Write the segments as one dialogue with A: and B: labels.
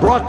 A: brought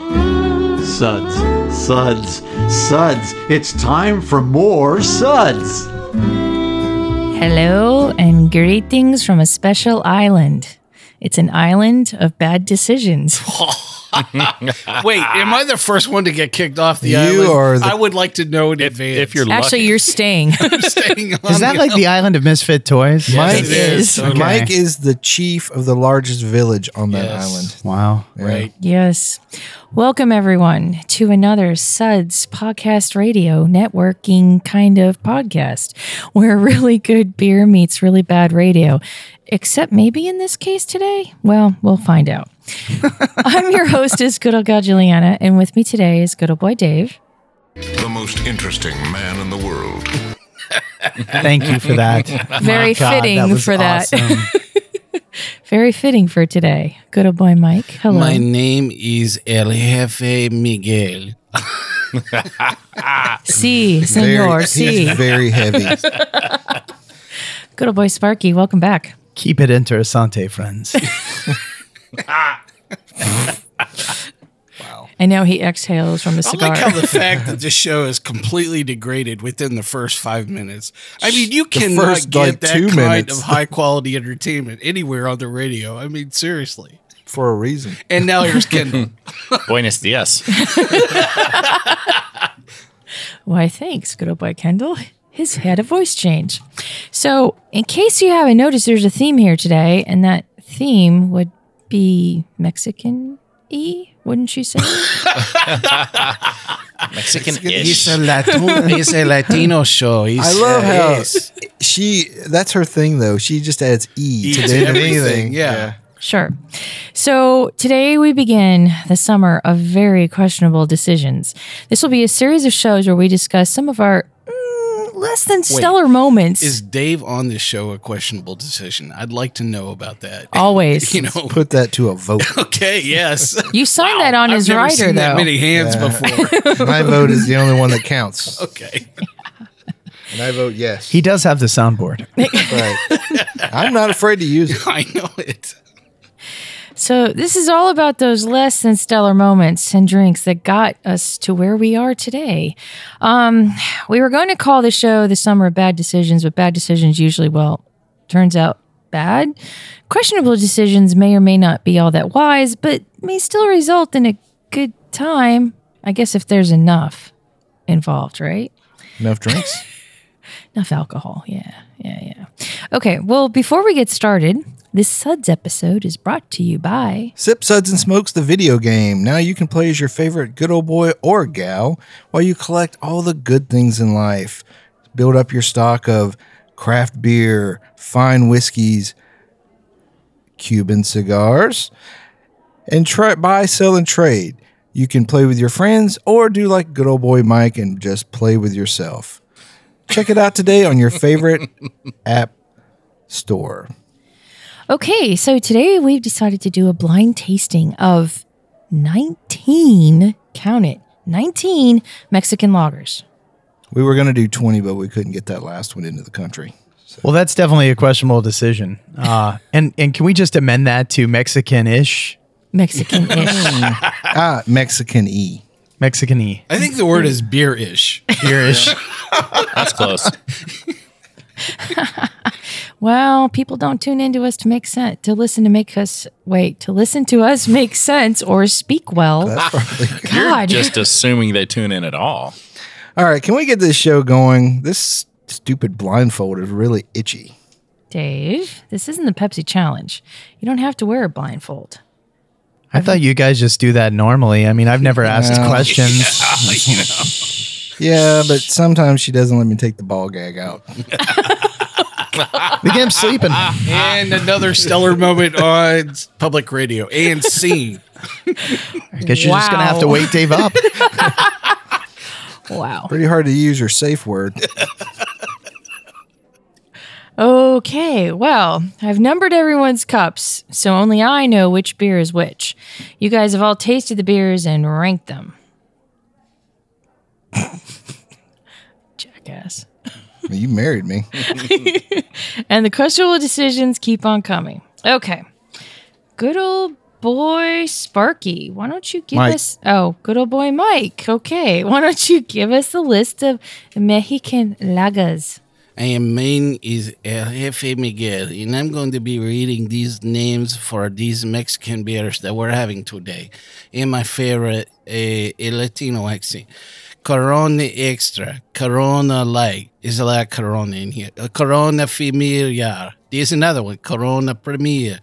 A: Suds, suds, suds. It's time for more suds.
B: Hello and greetings from a special island. It's an island of bad decisions.
C: Wait, am I the first one to get kicked off the
D: You
C: island?
D: are the-
C: I would like to know in
E: If,
C: advance.
E: if you're lucky.
B: Actually, you're staying.
C: staying on
F: Is that
C: the
F: like the island of misfit toys?
C: Yes,
D: Mike
B: it is.
F: Okay.
D: Mike is the chief of the largest village on that
C: Yes.
D: island.
F: Wow.
C: right?
B: yes. Welcome, everyone, to another Suds Podcast Radio networking kind of podcast where really good beer meets really bad radio. Except maybe in this case today. Well, we'll find out. I'm your hostess, good old gal Juliana, and with me today is good old boy Dave.
G: the most interesting man in the world.
F: Thank you for that.
B: Very
F: God,
B: fitting
F: was
B: for that.
F: awesome.
B: Very fitting for today. Good old boy Mike. Hello.
C: My name is El Jefe Miguel.
B: Si, senor,
D: Very, he's
B: si.
D: very heavy.
B: Good old boy Sparky, welcome back.
F: Keep it interessante, friends.
B: And now he exhales from the
C: I
B: cigar.
C: like how the fact that this show is completely degraded within the first five minutes. I mean, you cannot
D: first,
C: get
D: like,
C: that
D: two
C: kind
D: minutes.
C: of high quality entertainment anywhere on the radio. I mean, seriously.
D: for a reason.
C: And now here's Kendall.
E: Buenos dias.
B: Why, thanks, good old boy Kendall. His had a voice change. So, in case you haven't noticed, there's a theme here today, and that theme would be Mexican y, wouldn't you say?
E: Mexican
C: Latino, he's a Latino show. He's,
D: I love how she. That's her thing, though. She just adds e, to
C: to
D: the end of
C: everything,
D: anything.
C: yeah.
B: Sure. So today we begin the summer of very questionable decisions. This will be a series of shows where we discuss some of our mm, less than stellar moments.
C: Is Dave on this show a questionable decision? I'd like to know about that.
B: Always.
C: you know.
D: Put that to a vote.
C: Okay. Yes.
B: you signed that on
C: I've
B: his
C: never
B: rider,
C: seen
B: though.
C: that many hands before.
D: My vote is the only one that counts,
C: okay.
D: and I vote yes.
F: he does have the soundboard.
D: Right. I'm not afraid to use it.
C: I know it.
B: So this is all about those less than stellar moments and drinks that got us to where we are today. Um, we were going to call the show the summer of bad decisions, but bad decisions usually, well, turns out bad. Questionable decisions may or may not be all that wise, but may still result in a good time. I guess if there's enough involved, right?
D: Enough drinks.
B: Enough alcohol. Yeah, yeah, yeah. Okay, well, before we get started, this Suds episode is brought to you by.
D: Sip Suds and Smokes the video game. Now you can play as your favorite good old boy or gal while you collect all the good things in life. Build up your stock of craft beer, fine whiskeys, Cuban cigars, and try, buy, sell, and trade. You can play with your friends or do like good old boy Mike and just play with yourself. Check it out today on your favorite app store.
B: Okay, so today we've decided to do a blind tasting of 19, count it, 19 Mexican lagers.
D: We were going to do 20, but we couldn't get that last one into the country.
F: Well, that's definitely a questionable decision. Uh, and and can we just amend that to Mexican-ish,
B: Mexican ish.
D: Ah, Mexican E.
F: Mexican-y,
C: I think the word is beer-ish.
F: beer-ish?
E: That's close.
B: well, people don't tune into us to make sense, to listen to make us, wait, to listen to us make sense or speak well. God.
E: Just assuming they tune in at all.
D: All right, can we get this show going? This stupid blindfold is really itchy.
B: Dave, this isn't the Pepsi challenge. You don't have to wear a blindfold.
F: I thought you guys just do that normally. I mean, I've never asked
D: No.
F: questions.
D: Yeah, but sometimes she doesn't let me take the ball gag out.
F: The game's sleeping.
C: And another stellar moment on public radio and scene.
F: I guess you're just gonna have to
B: Wow.
F: wake Dave up.
B: Wow.
D: Pretty hard to use your safe word.
B: Okay, well, I've numbered everyone's cups, so only I know which beer is which. You guys have all tasted the beers and ranked them. Jackass.
D: you married me.
B: And the questionable decisions keep on coming. Okay. Good old boy Sparky, why don't you give
F: Mike.
B: us oh, good old boy Mike. Okay. Why don't you give us a list of Mexican lagers?
C: I am mine is eh, El Jefe Miguel, and I'm going to be reading these names for these Mexican beers that we're having today. In my favorite, a, a Latino accent. Corona Extra, Corona Light. There's a lot of Corona in here. Uh, Corona Familiar. There's another one, Corona Premier.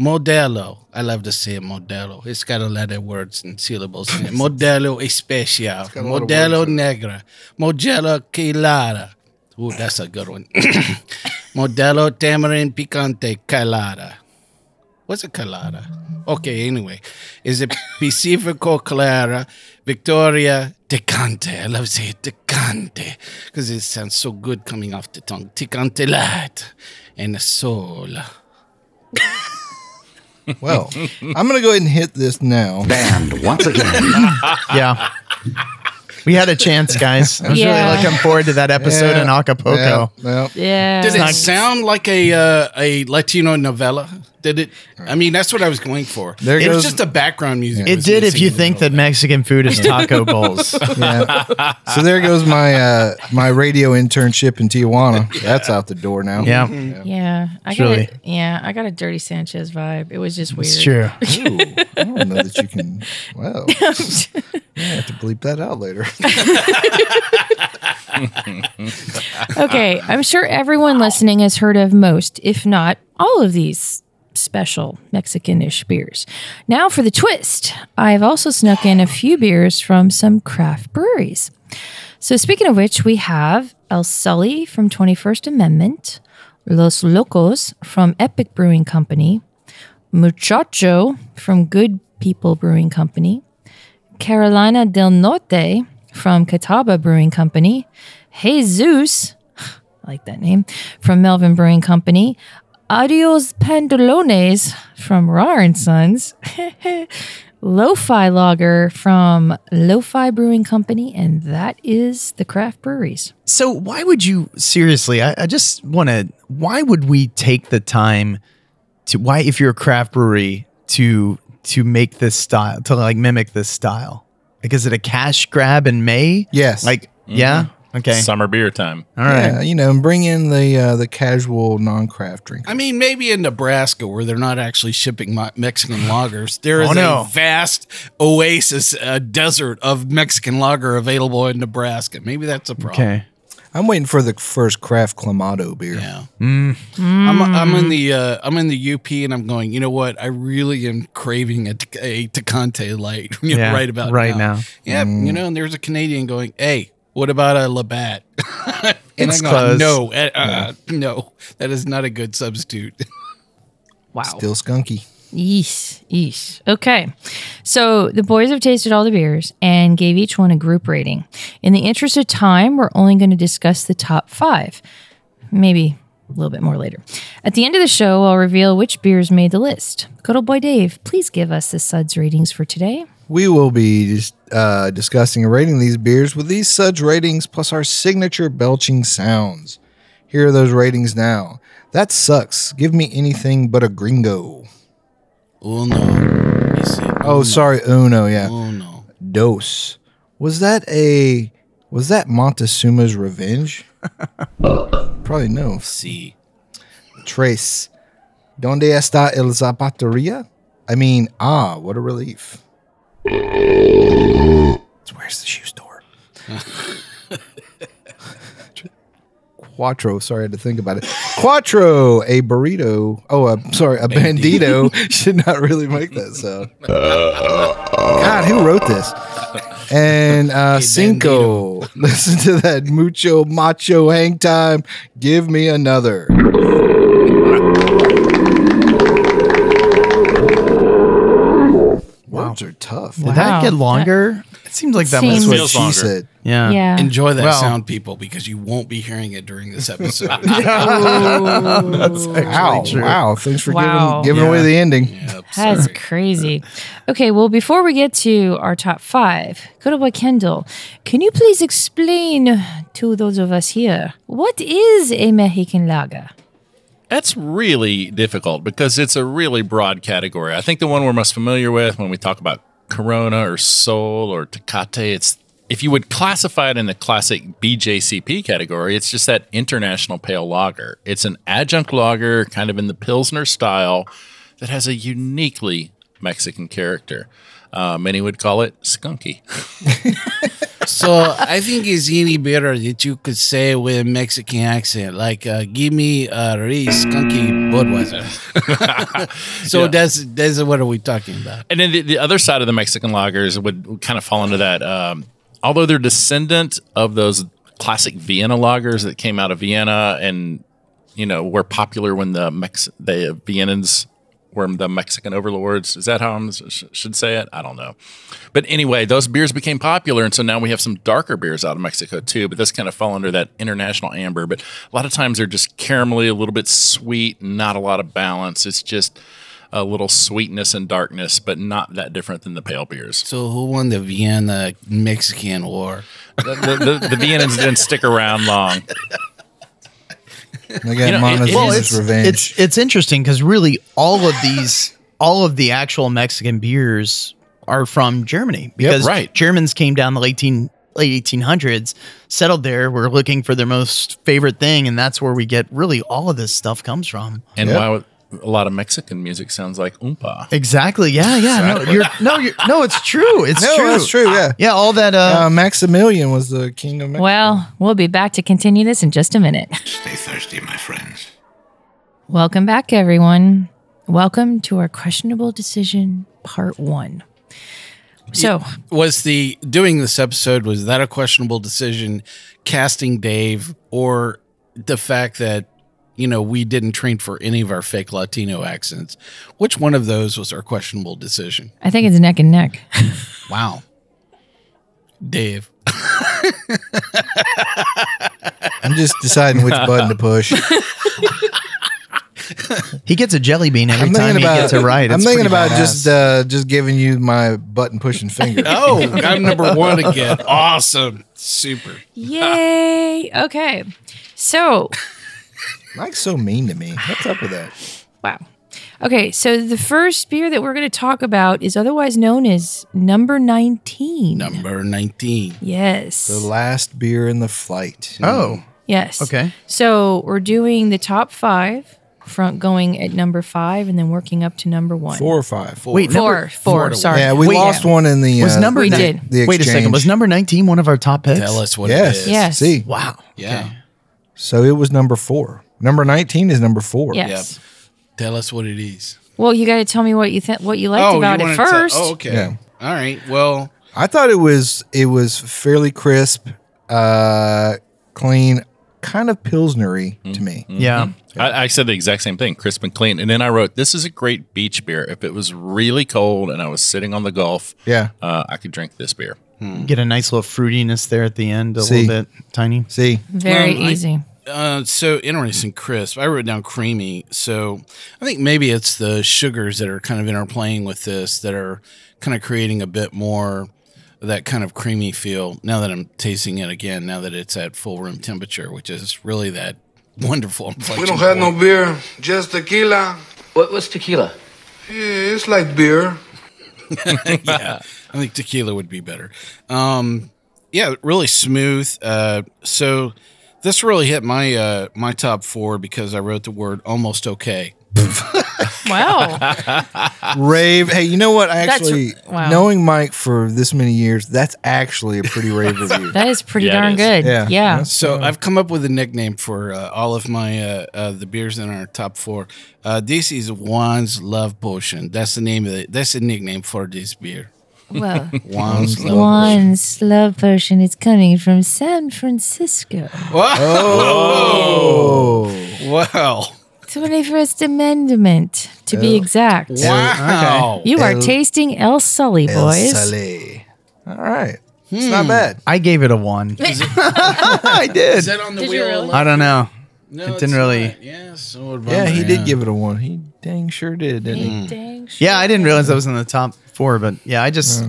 C: Modelo. I love to say Modelo. It's got a lot of words and syllables in it. Modelo Especial. Modelo Negra. Modelo Quelada. Ooh, that's a good one. Modelo Tamarind Picante Calada. What's a calada? Okay, anyway. Is it Pacifico Clara, Victoria Tecante? I love to say Tecante because it sounds so good coming off the tongue. Tecante Light and Sol.
D: Well, I'm going to go ahead and hit this now.
A: Banned once again.
F: yeah. We had a chance, guys. I was
B: Yeah.
F: really looking forward to that episode in Acapulco.
D: Yeah, yeah.
B: Yeah.
C: Did it sound like a uh, a Latino novella? Did it? I mean, that's what I was going for.
D: There
C: it was
D: goes-
C: just the background music.
F: It
C: was
F: did if
C: missing
F: you
C: in the
F: think that
C: middle.
F: Mexican food is taco bowls.
D: Yeah. So there goes my uh, my radio internship in Tijuana. That's out the door now.
F: Yeah,
B: Yeah, I
F: Truly.
B: got a, yeah, I got a dirty Sanchez vibe. It was just weird.
F: it's true.
D: Ooh, I don't know that you can. Well, I have to bleep that out later.
B: Okay, I'm sure everyone listening has heard of most, if not all of these special Mexican-ish beers. Now for the twist. I've also snuck in a few beers from some craft breweries. So speaking of which, we have El Sully from 21st Amendment, Los Locos from Epic Brewing Company, Muchacho from Good People Brewing Company, Carolina del Norte from Catawba Brewing Company, Jesus, I like that name, from Melvin Brewing Company, Adios Pandolones from Rar and Sons, Lo-Fi Lager from Lo-Fi Brewing Company, and that is the craft breweries.
F: So why would you seriously? I, I just want to. Why would we take the time to? Why, if you're a craft brewery, to to make this style to like mimic this style? Like, is it a cash grab in May?
D: Yes.
F: Like, yeah. Okay.
E: Summer beer time.
F: All right.
D: Yeah, you know, and bring in the uh, the casual non craft drinker.
C: I mean, maybe in Nebraska, where they're not actually shipping mo- Mexican lagers, there is
F: Oh, no.
C: a vast oasis, uh, desert of Mexican lager available in Nebraska. Maybe that's a problem.
F: Okay.
D: I'm waiting for the first craft clamato beer.
C: Yeah.
F: Mm.
C: I'm, I'm in the uh, I'm in the UP and I'm going. You know what? I really am craving a, Tec- a Tecate light you know,
F: Yeah,
C: right about
F: right now. Mm.
C: Yeah, you know, and there's a Canadian going. Hey, what about a Labatt? and
F: It's
C: I'm
F: close.
C: No, uh, uh, no, that is not a good substitute.
B: Wow.
D: Still skunky.
B: Yeesh, yeesh. Okay. So the boys have tasted all the beers and gave each one a group rating. In the interest of time, we're only going to discuss the top five, maybe a little bit more later. At the end of the show, I'll reveal which beers made the list. Good old boy Dave, please give us the suds ratings for today.
D: We will be just, uh, discussing and rating these beers with these suds ratings plus our signature belching sounds. Here are those ratings now. That sucks. Give me anything but a gringo.
C: oh no! He said,
D: Oh, sorry. Uno. Yeah.
C: Oh no!
D: Dos. Was that a. Was that Montezuma's revenge? Probably no.
C: See,
D: Trace. Donde está el zapateria? I mean, ah, what a relief. It's where's the shoe store? Quattro, sorry, I had to think about it. Quattro, a burrito. Oh, I'm sorry, a bandito should not really make that sound. God, who wrote this? And uh, Cinco, listen to that mucho macho hang time. Give me another. stuff.
F: Did
B: Wow.
F: that get longer? It seems like that
B: Seems-
F: was.
D: That's what
E: Feels
D: she
E: longer.
D: said.
F: Yeah.
B: Yeah.
C: Uh, Enjoy that
D: Well-
C: sound, people, because you won't be hearing it during this episode.
F: That's actually
D: Wow,
F: true.
D: wow! Thanks for
B: Wow.
D: giving giving away
F: Yeah.
D: the ending.
C: Yep,
B: That's
C: sorry.
B: crazy. Okay, well, before we get to our top five, good old boy Kendall, can you please explain to those of us here what is a Mexican lager?
E: That's really difficult because it's a really broad category. I think the one we're most familiar with when we talk about Corona or Sol or Tecate, it's if you would classify it in the classic BJCP category, it's just that international pale lager. It's an adjunct lager, kind of in the Pilsner style, that has a uniquely Mexican character. Uh, many would call it skunky.
C: So I think it's any better that you could say with a Mexican accent, like uh, "Give me a really skunky Budweiser." so that's that's what are we talking about?
E: And then the, the other side of the Mexican lagers would, would kind of fall into that. Um, although they're descendant of those classic Vienna lagers that came out of Vienna and, you know, were popular when the Mex- the Viennans were the Mexican overlords. Is that how I sh- should say it? I don't know. But anyway, those beers became popular. And so now we have some darker beers out of Mexico too, but those kind of fall under that international amber. But a lot of times they're just caramelly, a little bit sweet, not a lot of balance. It's just a little sweetness and darkness, but not that different than the pale beers.
C: So who won the Vienna Mexican War?
E: The, the, the, the Viennans didn't stick around long.
D: They got
E: You know, it-
D: Montezuma's
E: it
F: well,
E: is
F: it's,
D: revenge.
F: it's it's interesting because really all of these all of the actual Mexican beers are from Germany because
E: right.
F: Germans came down the late 18, late 1800s, settled there, were looking for their most favorite thing, and that's where we get really all of this stuff comes from.
E: And
D: Yeah.
E: why a lot of Mexican music sounds like oompa.
F: Exactly. Yeah. Yeah. No. You're, no. You're, no. It's true. It's
D: no,
F: true.
D: that's true. Yeah.
F: Yeah. All that. Uh,
D: Uh, Maximilian was the king of Mexico.
B: Well, we'll be back to continue this in just a minute.
G: Stay thirsty, my friends.
B: Welcome back, everyone. Welcome to our questionable decision part one. So,
C: Was the doing this episode was that a questionable decision? Casting Dave or the fact that you know we didn't train for any of our fake Latino accents? Which one of those was our questionable decision?
B: I think it's neck and neck.
C: Wow, Dave.
D: I'm just deciding which button to push.
F: he gets a jelly bean every
D: I'm
F: time
D: thinking
F: he
D: about.
F: gets it right.
D: I'm
F: It's
D: thinking
F: pretty
D: about
F: badass.
D: just uh, just giving you my button pushing finger.
C: Oh, I'm number one again. Awesome. Super.
B: Yay. Okay. So,
D: Mike's so mean to me. What's up with that?
B: Wow. Okay, so the first beer that we're going to talk about is otherwise known as number 19.
C: Number 19.
B: Yes.
D: The last beer in the flight.
F: Oh.
B: yes.
F: Okay.
B: So we're doing the top five, front going at number five and then working up to number one.
D: Four or five.
F: Wait.
B: Four.
F: Number,
B: four, sorry.
D: Yeah, we
F: Wait,
D: lost one in the.
F: was
D: uh,
F: number
B: We
F: nine-
B: did.
D: The
F: Wait a second.
D: exchange.
F: Was number nineteen one of our top picks?
C: Tell us what
D: Yes.
C: it is.
B: Yes.
D: See,
F: Wow.
C: Yeah.
D: so it was number four. Number nineteen is number four.
B: Yes.
C: Tell us what it is.
B: Well, you got to tell me what you think, what you liked about it
C: Oh, wanted to-
B: first.
C: oh, okay.
D: Yeah.
C: All right. Well,
D: I thought it was it was fairly crisp, uh, clean, kind of pilsnery to me.
F: Yeah.
E: I, I said the exact same thing, crisp and clean. And then I wrote, This is a great beach beer. If it was really cold and I was sitting on the Gulf,
D: Yeah.
E: uh, I could drink this beer.
F: Get a nice little fruitiness there at the end, a
D: Mm-hmm. See.
F: little bit tiny.
D: See,
B: Very
C: Um, I-
B: easy.
C: uh, so interesting, crisp. I wrote down creamy. So I think maybe it's the sugars that are kind of interplaying with this that are kind of creating a bit more of that kind of creamy feel. Now that I'm tasting it again, now that it's at full room temperature, which is really that wonderful.
H: We
C: inflection
H: don't have no
C: point.
H: beer, just tequila.
I: What was tequila?
H: Yeah, it's like beer.
C: I think tequila would be better. Um, yeah, really smooth. Uh, so this really hit my uh, my top four because I wrote the word almost okay.
B: Wow.
D: rave. Hey, you know what? I
B: That's-
D: actually,
B: wow.
D: knowing Mike for this many years, that's actually a pretty rave review.
B: that is pretty
E: Yeah, it
B: darn good.
E: is.
D: Yeah.
B: Yeah.
C: So I've come up with a nickname for uh, all of my uh, uh, the beers in our top four. Uh, this is Juan's Love Potion. That's the name of it. That's the nickname for this beer.
B: Well,
C: Juan's Love Potion.
B: one's love potion is coming from San Francisco.
C: Whoa!
D: oh,
C: Wow.
B: 21st Amendment to be exact.
C: Wow.
B: You are
D: El-
B: tasting El Sully,
D: El
B: boys.
D: Salé. All right. It's not bad.
F: I gave it a one. I did.
C: Is that on the
B: Did you
C: wheel?
B: really?
F: I don't know.
C: No,
F: It
C: it's
F: didn't really-
C: not. Yeah, so would
D: Yeah,
C: Bummer,
D: he did give it a one. He dang sure did, didn't he?
B: Dang sure.
F: Yeah, I didn't realize that was in the top four, but yeah, I just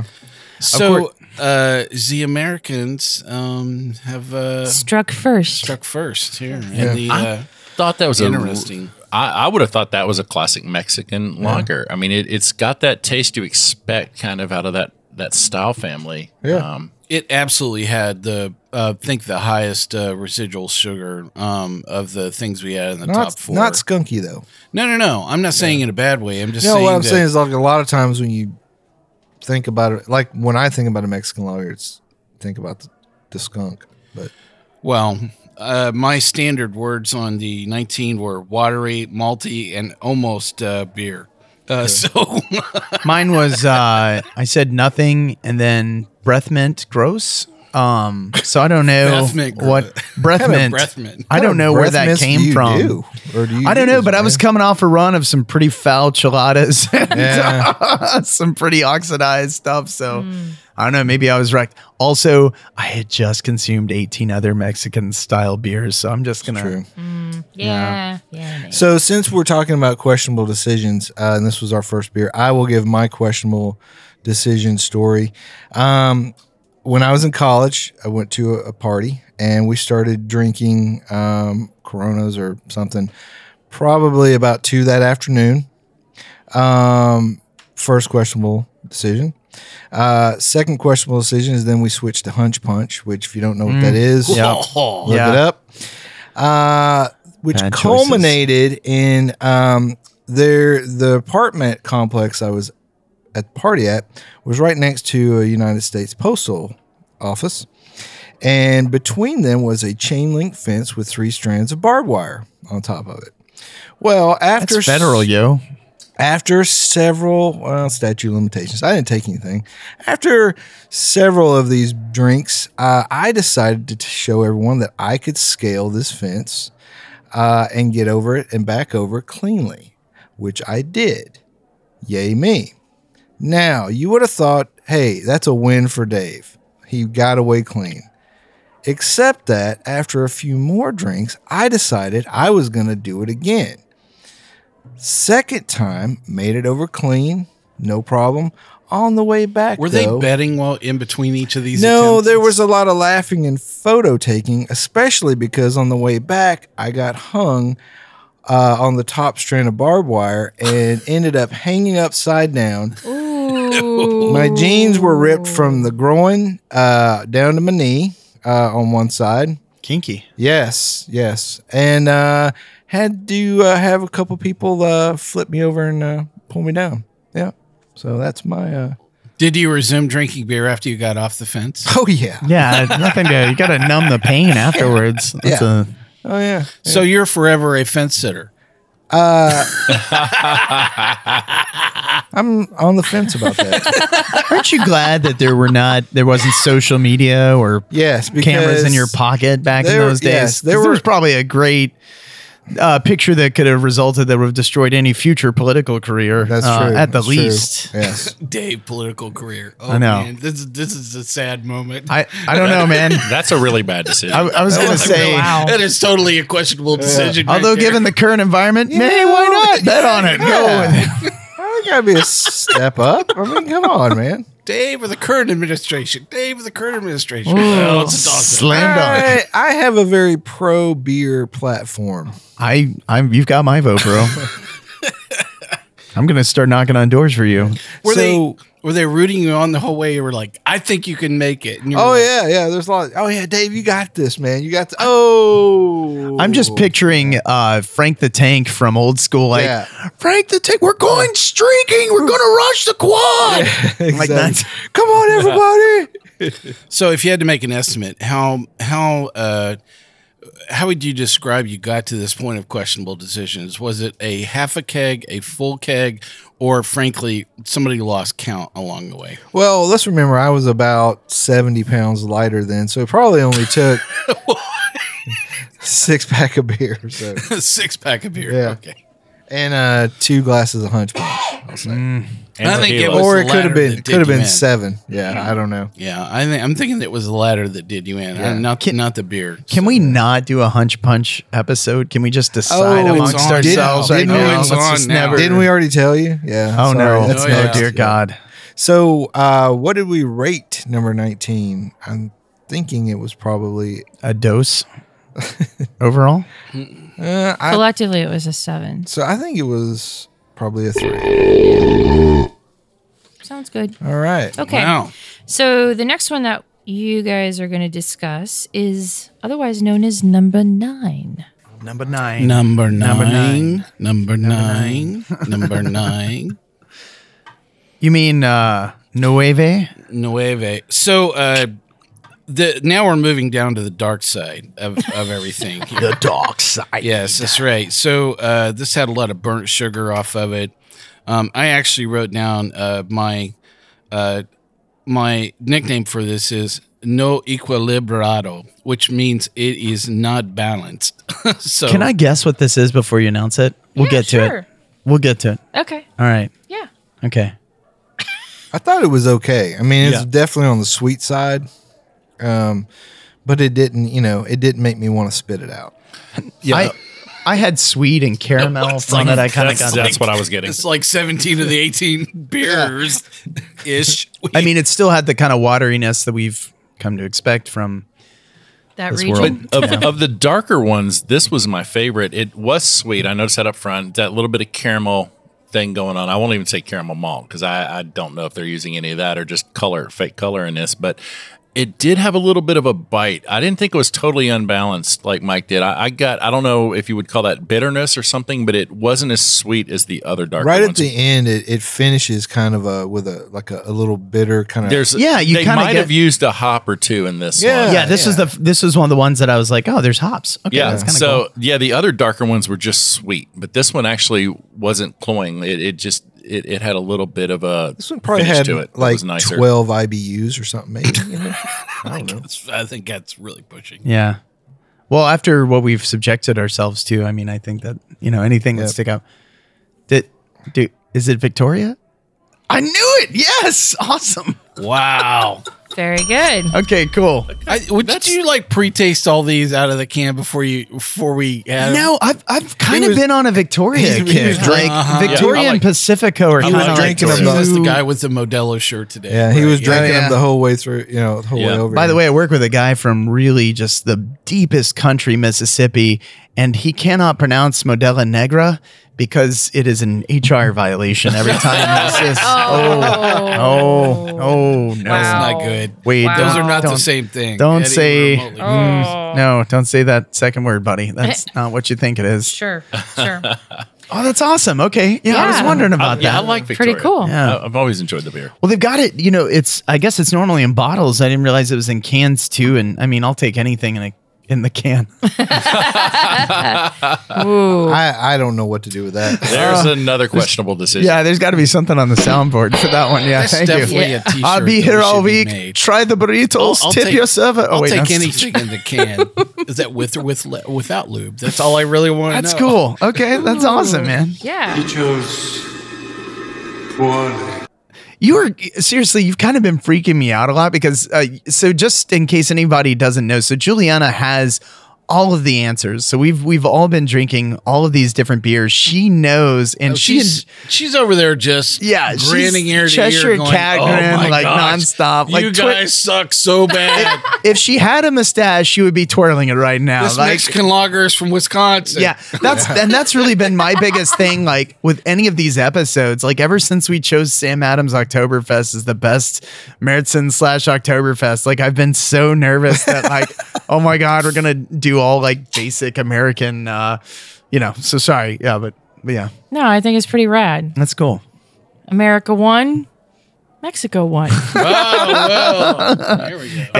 C: So uh, the Americans um, have uh,
B: Struck first.
C: struck first here. in
D: Yeah.
C: the, uh,
E: thought that was
C: Interesting.
E: A, I, I would have thought that was a classic Mexican lager. I mean, it, it's got that taste you expect kind of out of that that style family.
D: Yeah.
E: Um,
C: it absolutely had the uh, I think the highest uh, residual sugar um, of the things we had in the top
D: Not,
C: four.
D: not skunky though.
C: no, no, no. I'm not saying in a bad way. I'm just
D: No,
C: saying
D: what I'm
C: that-
D: saying is like a lot of times when you think about it, like when I think about a Mexican lawyer, it's think about the, the skunk. But
C: Well, uh, my standard words on the 19 were watery, malty, and almost uh, beer. Uh, so
F: mine was uh I said nothing and then breath mint gross. Um so I don't know
C: Breath mint
F: what breath
D: Kind of
F: mint.
C: breath mint.
F: I don't
D: What
F: know where
D: breath
F: that
D: mints do
F: came
D: you
F: from.
D: do? Or do you
F: I don't know,
D: use,
F: but I was
D: man?
F: coming off a run of some pretty foul chiladas and
D: Yeah.
F: uh, some pretty oxidized stuff. So I don't know. Maybe I was wrecked. Also, I had just consumed 18 other Mexican style beers. So I'm just going
D: True.
F: to.
B: Yeah. Yeah.
D: So since we're talking about questionable decisions, uh, and this was our first beer, I will give my questionable decision story. Um, when I was in college, I went to a, a party and we started drinking um, Coronas or something, probably about two that afternoon. Um, first questionable decision. Uh, second questionable decision is then we switched to Hunch Punch, which if you don't know what that is,
F: Mm. Yeah.
D: look
F: Yeah.
D: it up. Uh, which
F: Bad choices.
D: culminated in um, their the apartment complex I was at the party at was right next to a United States postal office, and between them was a chain link fence with three strands of barbed wire on top of it. Well, after
F: That's federal, yo.
D: after several well, statute of limitations, I didn't take anything. After several of these drinks, uh, I decided to t- show everyone that I could scale this fence uh, and get over it and back over it cleanly, which I did. Yay me! Now you would have thought, hey, that's a win for Dave. He got away clean. Except that after a few more drinks, I decided I was going to do it again. Second time, made it over clean, no problem. On the way back,
C: were they
D: though-
C: betting while in between each of these?
D: No,
C: attempts?
D: there was a lot of laughing and photo taking, especially because on the way back, I got hung uh, on the top strand of barbed wire and ended up hanging upside down.
B: Ooh.
D: My jeans were ripped from the groin uh, down to my knee uh, on one side.
F: Kinky.
D: Yes, yes, and uh, had to uh, have a couple people uh, flip me over and uh, pull me down. Yeah, so that's my. Uh,
C: Did you resume drinking beer after you got off the fence?
D: oh yeah,
F: Yeah. Nothing to. You got to numb the pain afterwards. That's
D: Yeah.
F: a.
D: oh yeah.
C: So you're forever a fence sitter.
D: I'm on the fence about that.
F: Aren't you glad that there were not, there wasn't social media or
D: yes, because
F: cameras in your pocket back in
D: there-
F: those days.
D: yes, there
F: 'Cause
D: were-
F: was probably a great uh, picture that could have resulted that would have destroyed any future political career.
D: That's
F: uh,
D: true.
F: at the
D: That's true.
F: least.
D: Yes.
C: Dave, political career. Oh,
F: I know.
C: Man, this is this is a sad moment.
F: I, I don't know, man.
E: that's a really bad decision.
F: I, I was going to say,
C: that is totally a questionable decision. right
F: although
C: there.
F: given the current environment, hey, why not bet on it? Go with it.
D: I gotta be a step up. I mean, come on, man.
C: Dave or the current administration, Dave or the current administration.
B: Ooh.
C: Oh, it's a dog.
F: Slam dunk.
D: I, I have a very pro beer platform.
F: I, I'm, you've got my vote, bro. I'm going to start knocking on doors for you.
C: Were
D: So-
C: they were they rooting you on the whole way? You were like, I think you can make it. And you were
D: Oh
C: like,
D: yeah, yeah. There's a lot. oh yeah, Dave, you got this, man. You got. th- oh,
F: I'm just picturing uh, Frank the Tank from old school, like
D: Yeah.
F: Frank the Tank. We're going streaking. We're going to rush the quad. Like that.
D: Come on, everybody.
C: So if you had to make an estimate, how how uh, how would you describe you got to this point of questionable decisions? Was it a half a keg, a full keg, or frankly, somebody lost count along the way?
D: Well, let's remember I was about 70 pounds lighter then, so it probably only took six pack of beer. So
C: Six pack of beer.
D: Yeah.
C: Okay.
D: and uh, two glasses of hunch punch. I'll say.
E: And
C: I think it
E: tequila.
C: was- Oh,
D: or
C: the
D: it could have
C: latter
D: been
C: that
D: could
C: did
D: have
C: you
D: been
C: in.
D: seven. Yeah, I don't know.
C: Yeah, I think I'm thinking it was the latter that did you in, uh, not not the beer.
F: Can we not do a hunch punch episode? Can we just decide
D: Oh,
F: amongst
C: it's on
F: ourselves
D: now.
F: right
D: Didn't we-
F: now?
D: it's
F: Let's
C: on
F: just
C: now.
F: never-
D: Didn't we already tell you? Yeah.
F: Oh
D: sorry,
F: no!
D: that's
F: oh
D: next.
F: dear
D: Yeah.
F: God!
D: So, uh, what did we rate number nineteen? I'm thinking it was probably.
F: A dose overall.
D: Uh, I,
B: Collectively, it was a seven.
D: so I think it was probably a three.
B: Sounds good.
D: All right.
B: Okay.
C: Wow.
B: So the next one that you guys are going to discuss is otherwise known as number nine.
F: Number nine.
C: Number
F: Number nine.
C: nine. Number nine. Number nine.
F: You mean uh, Nueve?
C: Nueve. So uh, the now we're moving down to the dark side of, of everything. here.
F: The dark side.
C: yes, that's right. So uh, this had a lot of burnt sugar off of it. Um, I actually wrote down uh, my uh, my nickname for this is no equilibrado, which means it is not balanced. so
F: Can I guess what this is before you announce it? We'll
B: Yeah,
F: get to
B: sure.
F: it. We'll get to it.
B: Okay.
F: All right.
B: Yeah.
F: Okay.
D: I thought it was okay. I mean, it's
E: Yeah.
D: definitely on the sweet side, um, but it didn't. You know, it didn't make me want to spit it out.
E: Yeah.
F: I I had sweet and caramel
E: It's
F: from
E: like-
F: it. I kind of
E: that's,
F: got.
E: that's what I was getting.
C: It's like 17 of the 18 beers ish.
F: I mean, it still had the kind of wateriness that we've come to expect from.
B: That
F: This
B: region.
F: world.
E: But of, of the darker ones, this was my favorite. It was sweet. I noticed that up front, that little bit of caramel thing going on. I won't even say caramel malt because I, I don't know if they're using any of that or just color, fake color in this, but it did have a little bit of a bite. I didn't think it was totally unbalanced like Mike did. I, I got, I don't know if you would call that bitterness or something, but it wasn't as sweet as the other darker
D: right at
E: ones.
D: the end, it, it finishes kind of a with a like a, a little bitter kind of.
E: There's,
F: Yeah, you
E: they
F: kinda
E: might
F: get-
E: have used a hop or two in this one.
F: Yeah, this was the this was one of the ones that I was like, oh, there's hops. Okay,
E: Yeah.
F: that's kind of
E: So yeah, the other darker ones were just sweet, but this one actually wasn't cloying. It, it just it, it had a little bit of a
D: This one probably
E: finish
D: had
E: to it that
D: like
E: was nicer.
D: twelve IBUs or something. Maybe you know? I don't know.
C: I think that's really pushing.
F: Yeah. Well, after what we've subjected ourselves to, I mean, I think that you know anything would
D: Yep.
F: stick out. Did, dude, is it Victoria? I knew it. Yes, awesome.
C: Wow.
B: Very good.
F: Okay, cool.
C: I, would you like pre-taste all these out of the can before you before we had
F: No, I've I've kind of
D: was-
F: been on a Victoria
D: he was
F: kick.
D: drink-
F: Like Victoria
E: Yeah, I
F: and
E: like-
F: Pacifico are kind
E: like
F: of like
D: drinking
C: That's
D: them
F: two-
D: both.
C: the guy with the Modelo shirt today.
D: Yeah, he
C: right?
D: was drinking
F: Yeah.
D: them the whole way through. You know, the whole way
E: Yeah.
D: over.
F: By the
D: here.
F: way, I work with a guy from really just the deepest country, Mississippi, and he cannot pronounce Modella Negra because it is an HR violation every time. It's just- oh, oh, oh, no.
C: That's
B: Wow.
C: not good.
F: Wait,
B: Wow.
C: Those are not the
F: Don't-
C: same thing.
F: don't
C: Eddie,
F: say- mm,
C: remotely.
B: Oh.
F: No, don't say that second word, buddy. That's not what you think it is.
B: Sure. Sure.
F: Oh, that's awesome. Okay. Yeah, I was
B: Yeah.
F: wondering about that.
E: Uh, yeah, I like
B: Pretty
E: Victoria.
B: cool.
F: Yeah.
E: I, I've always enjoyed the beer.
F: Well, they've got it. You know, it's. I guess it's normally in bottles. I didn't realize it was in cans too. And I mean, I'll take anything in a in the can.
B: Ooh.
D: I I don't know what to do with that.
E: There's another questionable decision.
F: yeah, there's got to be something on the soundboard for that one. Yeah,
C: That's
F: thank you.
C: definitely a t-shirt.
F: I'll be
C: that
F: here
C: we
F: all
C: should be
F: week.
C: made.
F: Try the burritos.
C: I'll
F: tip
C: take-
F: your server.
C: I'll take
F: that's-
C: anything in the can. Is that with or with li- without lube? That's all I really want to know.
F: That's cool. Okay, that's awesome, man.
B: Yeah.
H: chose one.
F: You were seriously, you've kind of been freaking me out a lot because, uh, so just in case anybody doesn't know, so Juliana has all of the answers. So we've we've all been drinking all of these different beers. She knows, and
C: Oh,
F: she's
C: she's she's over there just
F: Yeah, she's
C: grinning ear to
F: Cheshire
C: ear, going,
F: cat
C: "Oh
F: grin,
C: my
F: like,
C: gosh,
F: nonstop,
C: You
F: like, twi-
C: guys suck so bad.
F: if she had a mustache, she would be twirling it right now.
C: this
F: like,
C: Mexican lager is from Wisconsin.
F: yeah, that's and that's really been my biggest thing. Like with any of these episodes, like ever since we chose Sam Adams Oktoberfest as the best Meritzen slash Oktoberfest, like I've been so nervous that like, oh my god, we're gonna do all like basic American, uh, you know. So sorry, yeah, but, but yeah,
B: No, I think it's pretty rad.
F: that's cool.
B: America won. Mexico won.
F: It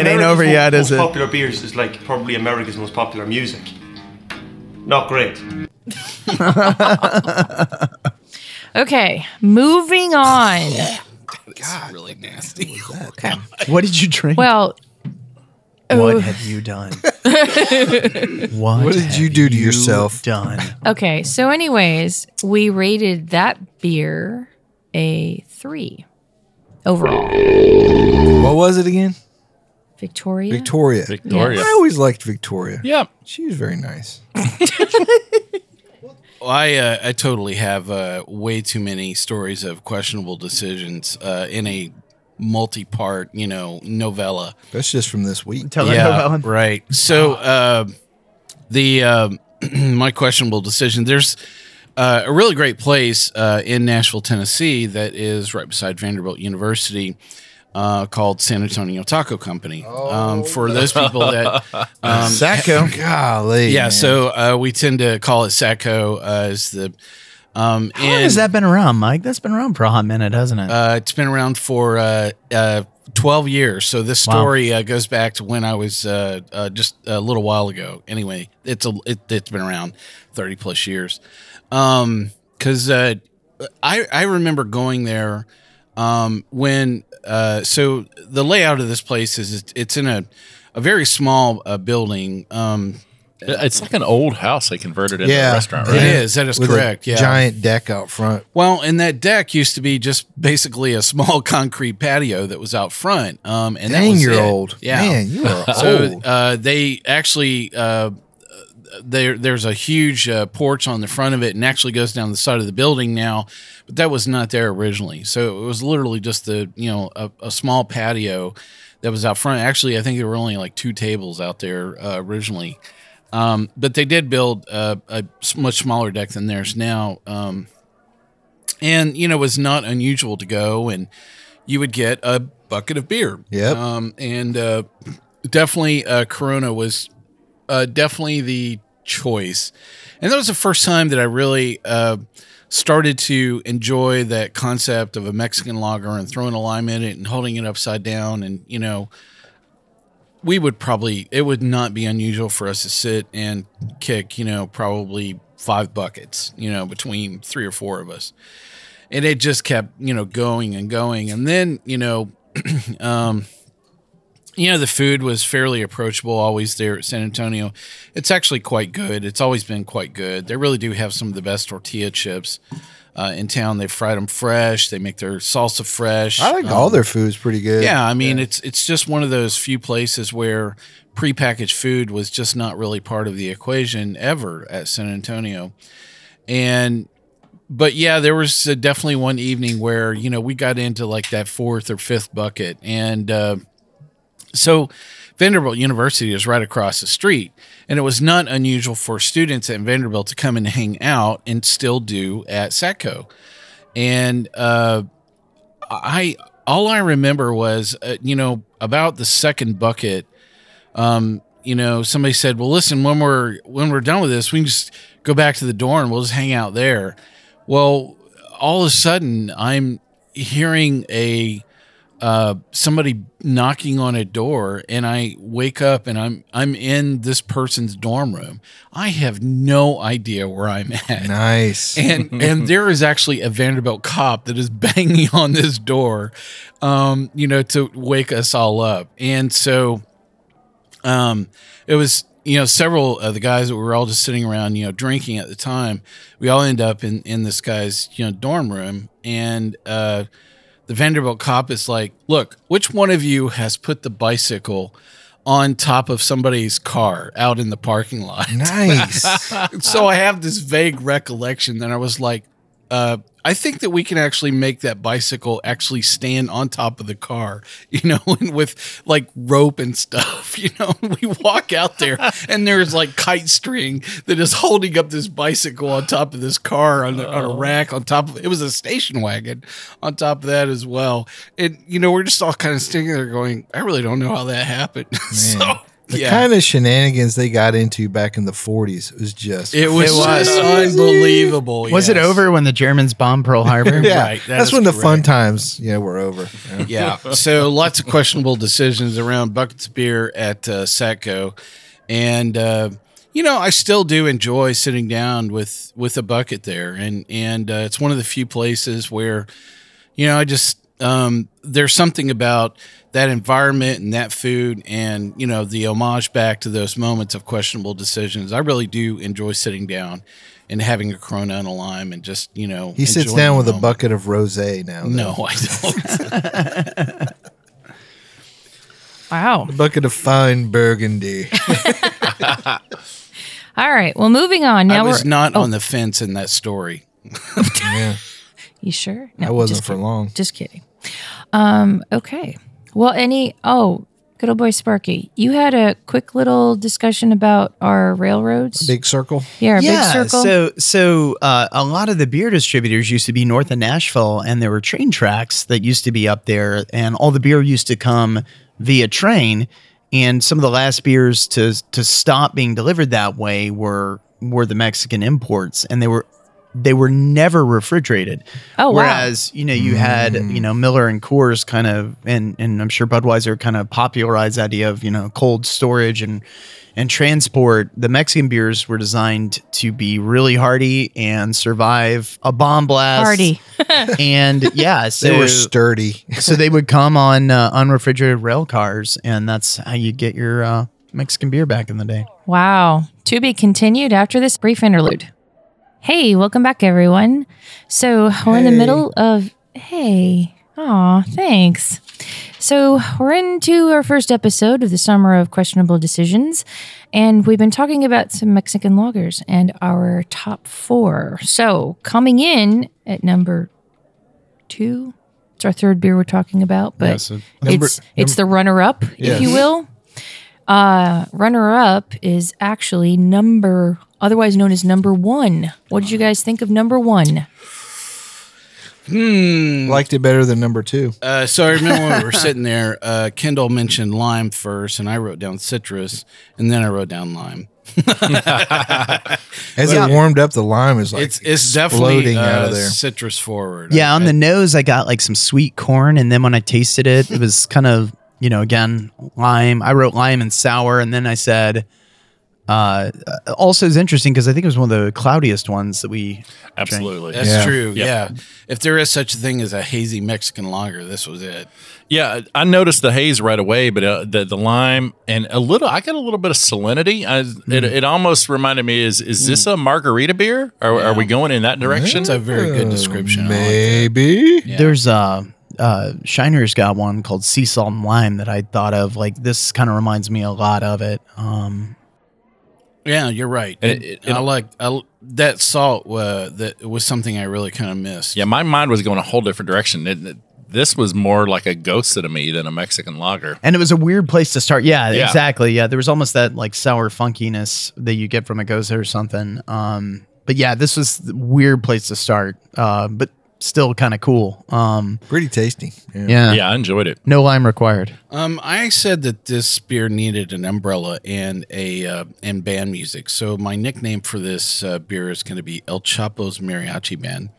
F: ain't over yet, is
I: most
F: it?
I: Popular beers is like probably America's most popular music. Not great.
B: Okay. Moving on.
C: It's really nasty.
F: What did you drink?
B: Well,
F: what have you done? What,
D: What did you
F: have
D: do to yourself?
F: Done.
B: Okay, so anyways, we rated that beer a three overall.
D: What was it again?
B: Victoria.
D: Victoria.
E: Victoria.
D: I always liked Victoria.
E: Yeah.
D: She was very nice.
C: Well, I uh, I totally have uh, way too many stories of questionable decisions uh, in a multi-part, you know, novella.
D: That's just from this week.
F: Tell
C: yeah, right. So uh, the um my questionable decision. There's uh, a really great place uh, in Nashville, Tennessee, that is right beside Vanderbilt University. Uh, called San Antonio Taco Company.
F: Oh.
C: um, for those people that um,
D: Sacco. Golly.
C: yeah,
D: man.
C: so uh, we tend to call it Sacco uh, as the. Um,
F: How long has that been around, Mike? That's been around for a hot minute, hasn't it?
C: Uh, it's been around for uh, uh, 12 years. So this story uh, goes back to when I was uh, uh, just a little while ago. Anyway, it's a it, it's been around 30 plus years. Um, because uh, I I remember going there um, when uh, so the layout of this place is it's- it's in a a very small uh, building. Um,
E: It's like an old house they converted into
D: Yeah.
E: a restaurant,
C: it
E: right?
C: is that is
D: With a
C: correct. Yeah,
D: Giant deck out front.
C: Well, and that deck used to be just basically a small concrete patio that was out front. Um, and that
D: Dang,
C: was
D: you're
C: it.
D: old.
C: Yeah.
D: Man, you are
C: so
D: old.
C: uh, they actually uh, there there's a huge uh, porch on the front of it, and actually goes down the side of the building now. But that was not there originally. So it was literally just the you know a, a small patio that was out front. Actually, I think there were only like two tables out there uh, originally. Um, but they did build uh, a s- much smaller deck than theirs now. Um, and you know, it was not unusual to go and you would get a bucket of beer.
D: Yep.
C: Um, and uh, definitely uh, Corona was uh, definitely the choice. And that was the first time that I really uh, started to enjoy that concept of a Mexican lager and throwing a lime in it and holding it upside down. And, you know, we would probably, it would not be unusual for us to sit and kick, you know, probably five buckets, you know, between three or four of us. And it just kept, you know, going and going. And then, you know, um, you know the food was fairly approachable always there at san antonio it's actually quite good it's always been quite good they really do have some of the best tortilla chips uh, in town they fried them fresh they make their salsa fresh
D: I like
C: Um,
D: all their food's pretty good.
C: yeah i mean it's it's just one of those few places where prepackaged food was just not really part of the equation ever at san antonio and but yeah, there was uh, definitely one evening where you know we got into like that fourth or fifth bucket, and uh, so Vanderbilt University is right across the street, and it was not unusual for students at Vanderbilt to come and hang out, and still do at Setco. And uh, I all I remember was uh, you know about the second bucket um, you know, somebody said, "Well, listen, when we're when we're done with this, we can just go back to the dorm. We'll just hang out there." Well, all of a sudden, I'm hearing a uh, somebody knocking on a door, and I wake up, and I'm I'm in this person's dorm room. I have no idea where I'm at
D: Nice.
C: and and there is actually a Vanderbilt cop that is banging on this door, um, you know, to wake us all up. And so, um, it was you know several of the guys that were all just sitting around, you know, drinking at the time. We all end up in in this guy's you know dorm room, and uh, the Vanderbilt cop is like, "Look, which one of you has put the bicycle?" On top of somebody's car out in the parking lot
D: nice.
F: Um,
C: so I have this vague recollection that I was like, uh, I think that we can actually make that bicycle actually stand on top of the car, you know, and with like rope and stuff, you know. We walk out there and there's like kite string that is holding up this bicycle on top of this car on, the, on
F: Oh.
C: a rack on top of it was a station wagon on top of that as well. And you know, we're just all kind of standing there going, I really don't know how that happened. so
D: The
C: yeah.
D: kind of shenanigans they got into back in the 40s was just.
C: it was,
F: It was.
C: unbelievable.
F: was it
C: yes.
F: over when the Germans bombed Pearl Harbor?
D: yeah,
C: right, that
D: that's
C: is
D: when the fun
C: correct.
D: times, yeah, were over. Yeah.
C: yeah. So lots of questionable decisions around buckets of beer at uh, Satco, and uh, you know I still do enjoy sitting down with with a bucket there, and and uh, it's one of the few places where you know I just um, there's something about that environment and that food and you know the homage back to those moments of questionable decisions i really do enjoy sitting down and having a corona and a lime and just you know
D: He sits
C: enjoying
D: down
C: the
D: with a
C: moment.
D: bucket of rosé now. though.
C: no i don't
B: Wow.
D: bucket of fine burgundy.
B: All right. Well, moving on.
C: i
B: Now
C: was
B: we're.
C: not on the fence in that story
B: you sure? No,
D: I wasn't
B: just
D: for
B: kidding.
D: long.
B: Just kidding. Um, okay. Well, any. Oh, good old boy Sparky. You had a quick little discussion about our railroads.
D: Big circle.
B: yeah, our big circle.
F: So, so uh, a lot of the beer distributors used to be north of Nashville, and there were train tracks that used to be up there, and all the beer used to come via train. And some of the last beers to to stop being delivered that way were were the Mexican imports, and they were they were never refrigerated.
B: Oh, wow.
F: Whereas you know you had you
D: Mm.
F: know Miller and Coors kind of, and and I'm sure Budweiser kind of popularized the idea of you know cold storage and and transport. The Mexican beers were designed to be really hardy and survive a bomb blast.
B: Hardy.
F: and yeah, so
D: They were sturdy.
F: so they would come on uh, unrefrigerated rail cars, and that's how you get your uh, Mexican beer back in the day.
B: Wow. To be continued after this brief interlude. Hey, welcome back, everyone. So we're in the middle of. Hey. Aw, thanks. So we're into our first episode of the Summer of Questionable Decisions, and we've been talking about some Mexican loggers and our top four. So coming in at number two, it's our third beer we're talking about, but
D: Number-
B: it's it's the runner up, if you will. Uh, runner up is actually number, otherwise known as number one. What did you guys think of number one?
D: Liked it better than number two.
C: Mm. Uh, so I remember when we were sitting there, uh, Kendall mentioned lime first, and I wrote down citrus, and then I wrote down lime.
D: As it warmed up, the lime is like
C: It's it's definitely
D: exploding
C: uh,
D: out of there.
C: citrus forward.
F: Yeah,
C: I-
F: on
C: I-
F: the nose, I got like some sweet corn, and then when I tasted it, it was kind of you know again lime. I wrote lime and sour, and then I said. Uh, also, is interesting because I think it was one of the cloudiest ones that we.
E: Absolutely.
C: That's
D: Yeah.
C: true.
E: Yeah.
C: Yeah. If there is such a thing as a hazy Mexican lager, this was it.
E: Yeah, I noticed the haze right away, but uh, the the lime and a little. I got a little bit of salinity. I,
C: Mm.
E: it, it almost reminded me: is is this a margarita beer? Are, are we going in that direction?
C: It's Mm. a very good description. I like it.
D: Maybe.
F: There's uh, uh, Shiner's got one called Sea Salt and Lime that I thought of. Like this kind of reminds me a lot of it. Um,
C: Yeah, you're right.
E: It-
C: It-
E: it-
C: I like I l that salt. Uh, that was something I really kind of missed.
E: yeah, my mind was going a whole different direction. It- it- this was more like a ghost to me than a Mexican lager.
F: and it was a weird place to start. Yeah,
E: Yeah.
F: exactly. Yeah, there was almost that like sour funkiness that you get from a goza or something. Um, but yeah, this was the weird place to start, uh, but still kind of cool. Um,
D: Pretty tasty.
F: yeah.
E: Yeah, I enjoyed it.
F: no lime required.
C: Um, I said that this beer needed an umbrella and a uh, and band music. So my nickname for this uh, beer is going to be El Chapo's Mariachi Band.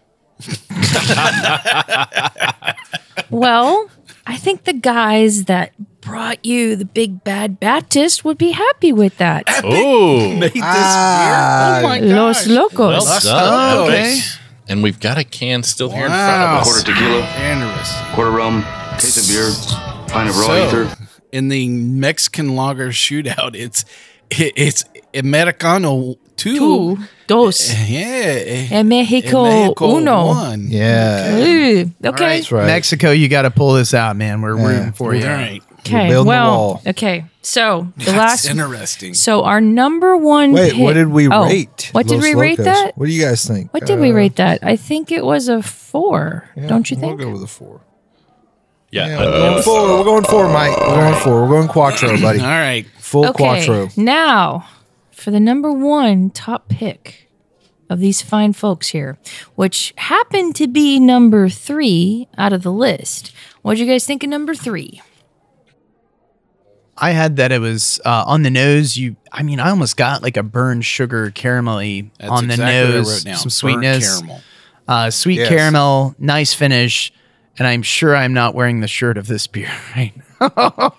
B: Well, I think the guys that brought you the big bad Baptist would be happy with that.
E: Oh,
D: Ah,
F: Oh
B: Los Locos.
E: Well done.
C: Oh,
E: Okay.
C: okay.
E: And we've got a can still here in front of us.
G: Quarter tequila,
C: Interesting.
G: quarter rum, case of beer, pint of raw ether.
C: in the Mexican lager shootout, it's it, it's Americano two.
B: Two, dos,
C: Yeah. eh,
B: and Mexico, uno.
C: one.
D: yeah.
B: Ooh, okay.
D: That's right.
F: Mexico, you got to pull this out, man. We're
D: Yeah.
F: rooting for you.
C: All right.
D: We're
B: Okay.
D: building the
B: Well,
D: wall.
B: okay. So the
C: That's
B: last.
C: interesting.
B: So our number one.
D: Wait,
B: pick-
D: what did we
B: Oh,
D: rate?
B: What did
D: Los
B: we rate
D: Locos?
B: that?
D: What do you guys think?
B: What did we
D: Uh,
B: rate that? I think it was a four.
D: yeah,
B: don't you
D: We'll
B: think?
D: go with a four. Uh,
E: Yeah,
D: Yeah, we're going four. We're going four, Mike. We're going four. We're going quattro, buddy.
C: All right.
D: Full quattro.
B: Now, for the number one top pick of these fine folks here, which happened to be number three out of the list. What do you guys think of number three?
F: I had that it was uh, on the nose. You, I mean, I almost got like a burned sugar caramelly
C: That's
F: on the
C: exactly what I
F: nose,
C: wrote down.
F: some
C: Burnt
F: sweetness.
C: caramel.
F: uh, sweet
D: Yes.
F: caramel, nice finish, and I'm sure I'm not wearing the shirt of this beer right. now.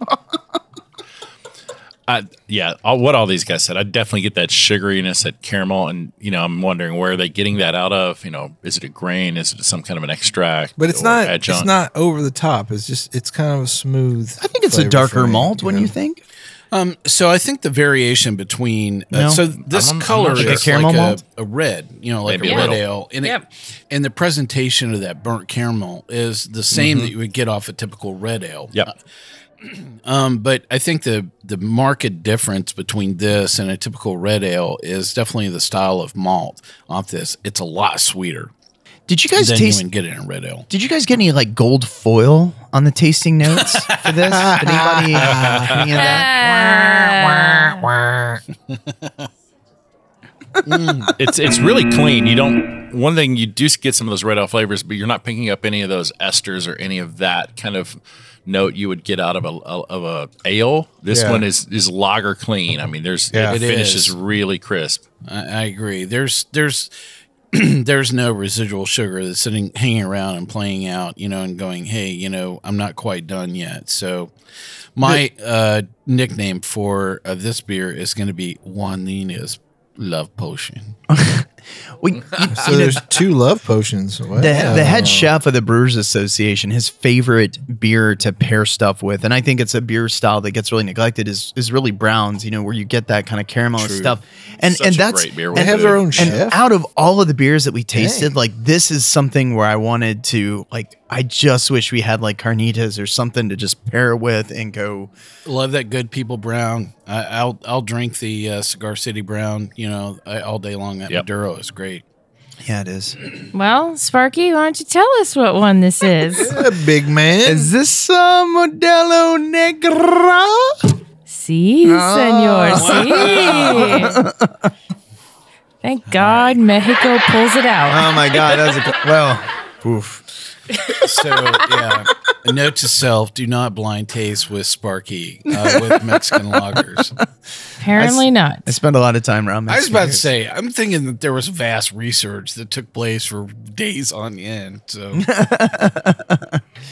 E: I, yeah, all, what all these guys said, I definitely get that sugariness at caramel, and you know, I'm wondering where are they getting that out of? You know, is it a grain? Is it some kind of an extract?
D: But it's
E: or
D: not
E: adjunct?
D: it's not over the top. It's just it's kind of a smooth.
F: I think it's a
D: flavor for
F: darker
D: me,
F: malt, wouldn't you think?
C: Um, so I think the variation between uh,
F: No.
C: so this
E: I'm- I'm
C: color
E: not
C: is
E: sure.
F: Like a caramel
C: like
F: malt?
C: A, a red, you know, like
E: Maybe
C: a
E: a
C: red
E: little.
C: ale, and it-
B: Yep.
C: and the presentation of that burnt caramel is the same
F: Mm-hmm.
C: that you would get off a typical red ale. Uh,
E: Yep.
C: Um, but I think the the marked difference between this and a typical red ale is definitely the style of malt off this. It's a lot sweeter
F: Did you guys
C: than
F: taste?
C: you would get in a red ale.
F: Did you guys get any like gold foil on the tasting notes for this? Did anybody? Uh, any of that?
E: it's it's really clean. You don't. One thing you do get some of those red ale flavors, but you're not picking up any of those esters or any of that kind of note you would get out of a of a ale. This
D: Yeah.
E: one is is lager clean. I mean, there's
D: Yeah.
E: it,
C: It
E: finishes
C: is.
E: really crisp.
C: I, I agree. There's there's there's no residual sugar that's sitting hanging around and playing out, you know, and going, hey, you know, I'm not quite done yet. So my uh, nickname for uh, this beer is going to be Juanina's love potion.
F: Well, you-
D: So there's two love potions. What?
F: the, the head chef of the Brewers Association, his favorite beer to pair stuff with, and I think it's a beer style that gets really neglected is is really Browns, you know, where you get that kind of caramel and stuff, and
E: Such
F: and
E: a
F: that's
E: great beer
F: and,
E: with
D: They have their own
F: and
D: chef.
F: out of all of the beers that we tasted, like this is something where I wanted to like I just wish we had like carnitas or something to just pair with and go.
C: Love that good people brown. I, I'll I'll drink the uh, Cigar City brown, you know, I, all day long. That
E: Yep.
C: Maduro is great.
F: Yeah, it is.
B: Well, Sparky, why don't you tell us what one this is?
D: Yeah, big man.
F: Is this a Modelo Negra?
B: see, senor,
D: Oh.
B: see. Thank God Mexico pulls it out.
D: Um,
F: Oh my god, that's a well. Oof.
C: So yeah, a note to self: do not blind taste with Sparky uh, with Mexican lagers.
B: Apparently not.
F: I spend a lot of time around.
C: I was
F: Mexican
C: about to
F: beers.
C: say, I'm thinking that there was vast research that took place for days on end. So,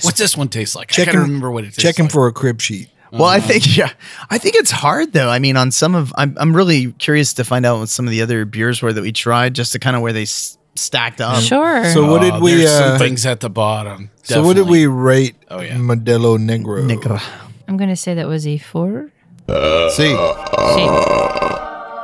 C: what's this one taste like? I
D: Check
C: can't
D: him-
C: remember what it tastes
D: Check him
C: like.
D: for a crib sheet.
F: Well, I think yeah, I think it's hard though. I mean, on some of, I'm I'm really curious to find out what some of the other beers were that we tried, just to kind of where they s- stacked up.
B: Sure.
D: um, So what did
C: Oh,
D: we?
C: there's
D: Uh,
C: some things at the bottom.
D: so what did
C: definitely.
D: we rate?
C: Oh, yeah.
D: Modelo Negro.
F: Negra.
B: I'm going to say that was a four.
D: See,
B: See,